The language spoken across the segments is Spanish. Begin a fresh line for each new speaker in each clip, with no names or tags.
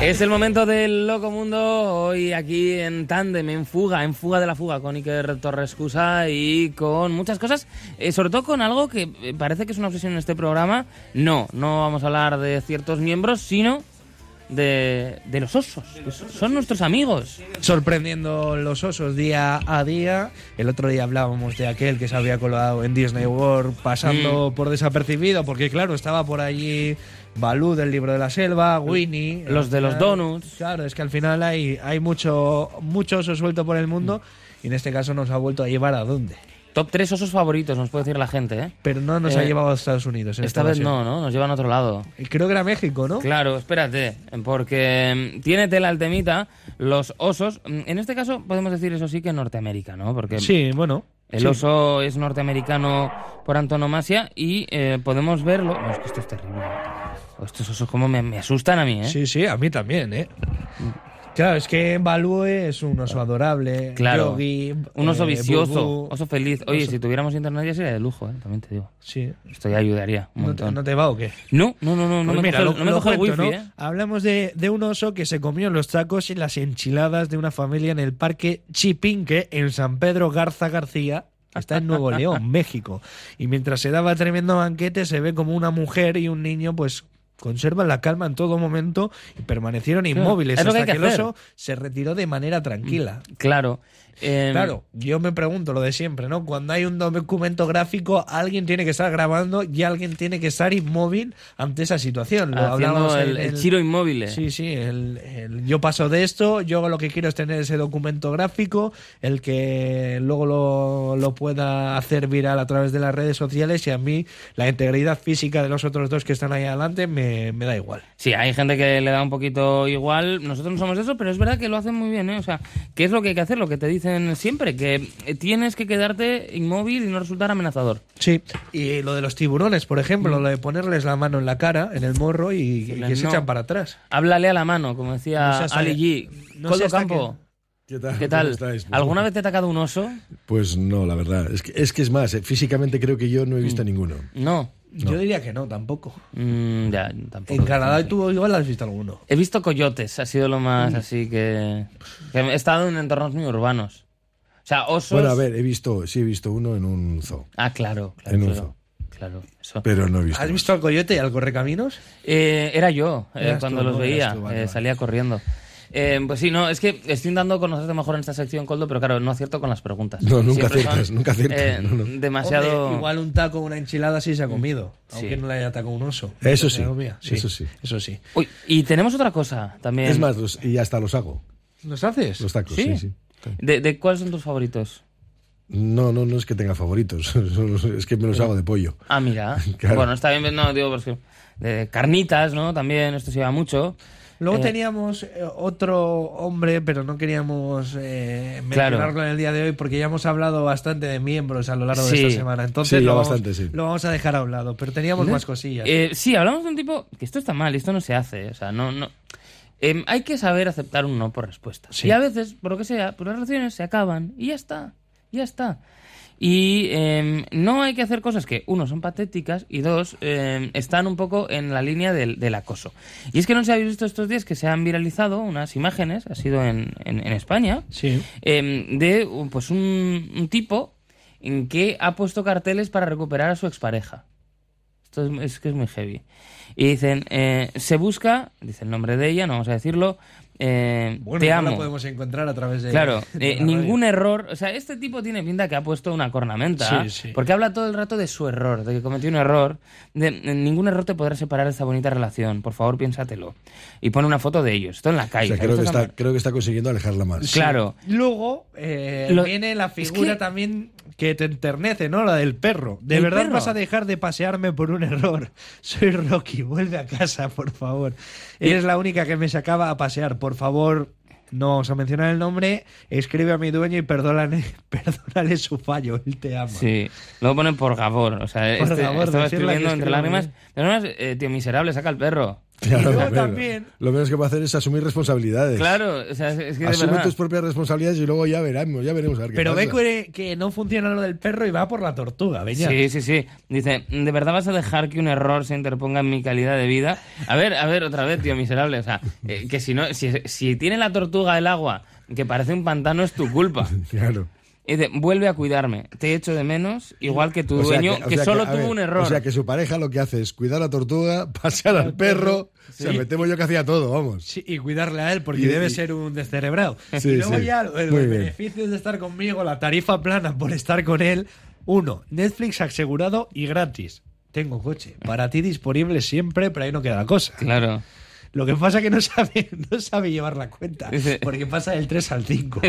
Es el momento del loco mundo hoy aquí en tándem, en fuga, en fuga de la fuga con Iker Torrescusa y con muchas cosas, eh, sobre todo con algo que eh, parece que es una obsesión en este programa. No, no vamos a hablar de ciertos miembros, sino de, de los osos. que Son nuestros amigos.
sorprendiendo los osos día a día. El otro día hablábamos de aquel que se había colado en Disney World
Mm.
pasando por desapercibido, porque claro, estaba por allí Balú del libro de la selva, Winnie.
Los de los
Al final-
donuts.
Claro, es que al final hay, hay mucho, mucho oso suelto por el mundo
Mm.
y en este caso nos ha vuelto a llevar a dónde.
Top tres osos favoritos, nos puede decir la gente, ¿eh?
Pero no nos
Eh,
ha llevado a Estados Unidos. en
Esta vez
ocasión.
no, ¿no? Nos llevan a otro lado.
Creo que era México, ¿no?
Claro, espérate, porque mm, tiene tela al temita, los osos, mm, en este caso podemos decir eso sí que Norteamérica, ¿no? Porque
Sí, bueno.
el
sí.
oso es norteamericano por antonomasia y eh, podemos verlo... No, es que esto es terrible. Estos osos como me, me asustan a mí, ¿eh?
Sí, sí, a mí también, ¿eh? Claro, es que Balú es un oso adorable,
Claro,
Yogi,
un oso
eh,
vicioso,
Bubú.
oso feliz. Oye,
Oso-
si tuviéramos internet ya sería de lujo, ¿eh? también te digo.
Sí.
Esto ya ayudaría un
¿No te,
montón.
no te va o qué?
No, no, no, no, no
Pues
me
mira,
coge, el-
lo-
no me
lo
coge el
cuento,
wifi,
¿no?
¿eh?
Hablamos de, de un oso que se comió los tacos y las enchiladas de una familia en el parque Chipinque en San Pedro Garza García. que Está en Nuevo León, México. Y mientras se daba tremendo banquete, se ve como una mujer y un niño, pues, conservan la calma en todo momento y permanecieron inmóviles
es lo que
hasta
hay
que,
que
el
hacer.
oso se retiró de manera tranquila.
Claro. em,
Claro, yo me pregunto lo de siempre, ¿no? Cuando hay un documento gráfico, alguien tiene que estar grabando y alguien tiene que estar inmóvil ante esa situación. Lo hablábamos
Haciendo
en
el, el chiro inmóvil. ¿eh?
Sí, sí, el, el yo paso de esto, yo lo que quiero es tener ese documento gráfico, el que luego lo, lo pueda hacer viral a través de las redes sociales y a mí la integridad física de los otros dos que están ahí adelante me, me da igual.
Sí, hay gente que le da un poquito igual. Nosotros no somos de eso, pero es verdad que lo hacen muy bien, ¿eh? O sea, ¿qué es lo que hay que hacer? Lo que te dicen siempre, que eh, tienes que quedarte inmóvil y no resultar amenazador.
Sí, y lo de los tiburones, por ejemplo, lo de ponerles la mano en la cara, en el morro y, y
les
que se
Mm. Pues no.
echan para atrás.
Háblale a la mano, como
No
decía
sé hasta
Ali
que-
G.
no sé
Coldo
hasta
Campo,
¿Qué tal?
¿qué
¿Cómo
tal?
estáis?
¿Alguna vez te ha atacado un oso?
Pues no, la verdad. Es que es, que es más, eh, físicamente creo que yo no he visto
Mm.
ninguno.
No.
Yo diría que no, tampoco.
Mm, ya, tampoco.
En Canadá tú igual has visto alguno.
He visto coyotes, ha sido lo más
Mm.
así que... que he estado en entornos muy urbanos. O sea, osos...
Bueno, a ver, he visto, sí he visto uno en un zoo,
Ah, claro, claro.
En un
claro,
zoo.
claro, eso.
pero no he visto.
¿Has
más.
visto al coyote y al correcaminos?
Eh, era yo eh,
Eras
cuando
tú,
los
¿no?
veía,
Eras tú, vale,
eh,
vale.
salía corriendo. Eh, pues sí, no, es que estoy intentando conocerte mejor en esta sección, Coldo, pero claro, no acierto con las preguntas.
No,
Siempre
nunca
son,
aciertas, nunca aciertas,
eh,
no, no.
Demasiado.
Hombre, igual un taco, una enchilada sí se ha comido,
Sí.
aunque no le haya atacado un oso.
Eso
No
sí,
se la comía.
eso sí.
Eso sí.
Uy, y tenemos otra cosa también.
Es más, los- y hasta los hago,
¿Los haces?
los tacos,
Sí.
sí, sí.
¿De, de cuáles son tus favoritos?
No, no, no es que tenga favoritos, solo es que me los hago de pollo.
Ah, mira.
Claro.
Bueno, está bien, no, digo, porque. De carnitas, ¿no? También, esto se lleva mucho.
Luego
Eh,
teníamos eh, otro hombre, pero no queríamos eh, mencionarlo en el día de hoy porque ya hemos hablado bastante de miembros a lo largo
Sí.
de esta semana. Entonces
Sí, ya
lo, vamos,
bastante, sí.
lo vamos a dejar a un lado, pero teníamos más cosillas.
Eh, sí, hablamos de un tipo que esto está mal, esto no se hace, o sea, no, no. Em, hay que saber aceptar un no por respuesta.
Sí.
Y a veces, por lo que sea, pues las relaciones se acaban y ya está, ya está. Y em, no hay que hacer cosas que, uno, son patéticas y dos, em, están un poco en la línea del, del acoso. Y es que no se habéis visto estos días que se han viralizado unas imágenes, ha sido en, en- en España,
Sí.
em, de uh, pues un, un tipo en que ha puesto carteles para recuperar a su expareja. Esto es, es que es muy heavy. Y dicen, eh, se busca, dice el nombre de ella, no vamos a decirlo, eh,
Bueno,
te
no
amo.
la podemos encontrar a través de.
Claro,
de
eh,
la
ningún
radio.
error. O sea, este tipo tiene pinta que ha puesto una cornamenta.
Sí, sí.
Porque habla todo el rato de su error, de que cometió un error. De, de ningún error te podrá separar de esta bonita relación. Por favor, piénsatelo. Y pone una foto de ellos. Esto en la
O
calle.
sea, creo
Esto
que
está
está, creo que está consiguiendo alejarla más.
Claro.
Luego eh,
Lo-
viene la
es que-
figura también que te enternece, ¿no? La del perro. De
El
verdad
perro.
vas a dejar de pasearme por un error. Soy Rocky, vuelve a casa, por favor. Eres la única que me sacaba a pasear. Por favor, no os a mencionar el nombre. Escribe a mi dueño y perdónale, perdónale su fallo. Él te ama.
Sí, luego ponen por favor. O sea,
Por
este-
favor,
estaba
decirle
escribiendo
que
entre
escriba
lágrimas.
bien.
Pero no, eh, tío miserable, saca el perro.
Claro,
yo
pero
también.
Lo menos que puedo hacer es asumir responsabilidades.
Claro, o sea, es que de
Asume
verdad.
tus propias responsabilidades y luego ya veremos, ya veremos a ver qué
Pero
pasa.
ve que, que no funciona lo del perro y va por la tortuga, Beñat.
Sí, sí, sí. Dice, ¿de verdad vas a dejar que un error se interponga en mi calidad de vida? A ver, a ver, otra vez, tío, miserable. O sea, eh, que si, no, si, si tiene la tortuga el agua, que parece un pantano, es tu culpa.
Claro.
Y dice, vuelve a cuidarme, te echo de menos, igual que tu
O sea
dueño,
o
que,
sea
solo
a
tuvo
ver,
un error.
O sea que su pareja lo que hace es cuidar a la tortuga, pasear al perro. O sea, me temo yo que hacía todo, vamos.
Sí, y cuidarle a él, porque
Y-
debe
y-
ser un descerebrado.
Sí,
y luego
sí.
ya lo- los
Muy bien.
beneficios de estar conmigo, la tarifa plana por estar con él. Uno, Netflix asegurado y gratis. Tengo coche. Para ti disponible siempre, pero ahí no queda la cosa.
Claro.
Lo que pasa es que no sabe, no sabe llevar la cuenta,
Dice-
porque pasa del 3 al 5.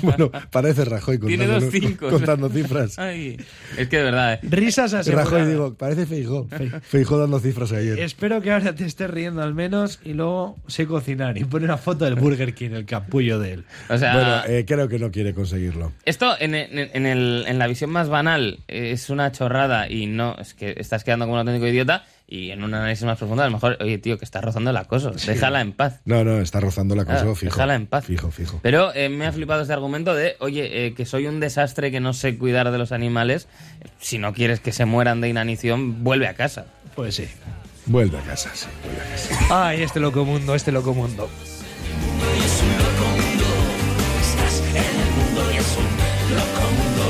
Bueno, parece Rajoy
Tiene
contando,
dos cinco. Ah,
contando cifras.
Ay, es que de verdad, eh.
Risas aseguradas.
Rajoy, digo, parece Feijó. Feijó dando cifras ayer.
Espero que ahora te estés riendo al menos y luego sé cocinar y pone una foto del Burger King, el capullo de él.
O sea,
Bueno, eh, creo que no quiere conseguirlo.
Esto en, en- en el- en la visión más banal eh, es una chorrada y no, es que estás quedando como un auténtico idiota y en un análisis más profundo a lo mejor, oye tío, que estás rozando el acoso, déjala en paz.
No, no, está rozando la cosa
Claro,
fijo.
Ah, déjala en paz.
Fijo, fijo.
Pero eh, me ha flipado este argumento de, oye, eh, que soy un desastre, que no sé cuidar de los animales, si no quieres que se mueran de inanición, vuelve a casa.
Pues sí.
Vuelve a casa, sí, vuelve a casa.
Ay, este loco mundo, este loco mundo.
Estás en el mundo y es un loco mundo.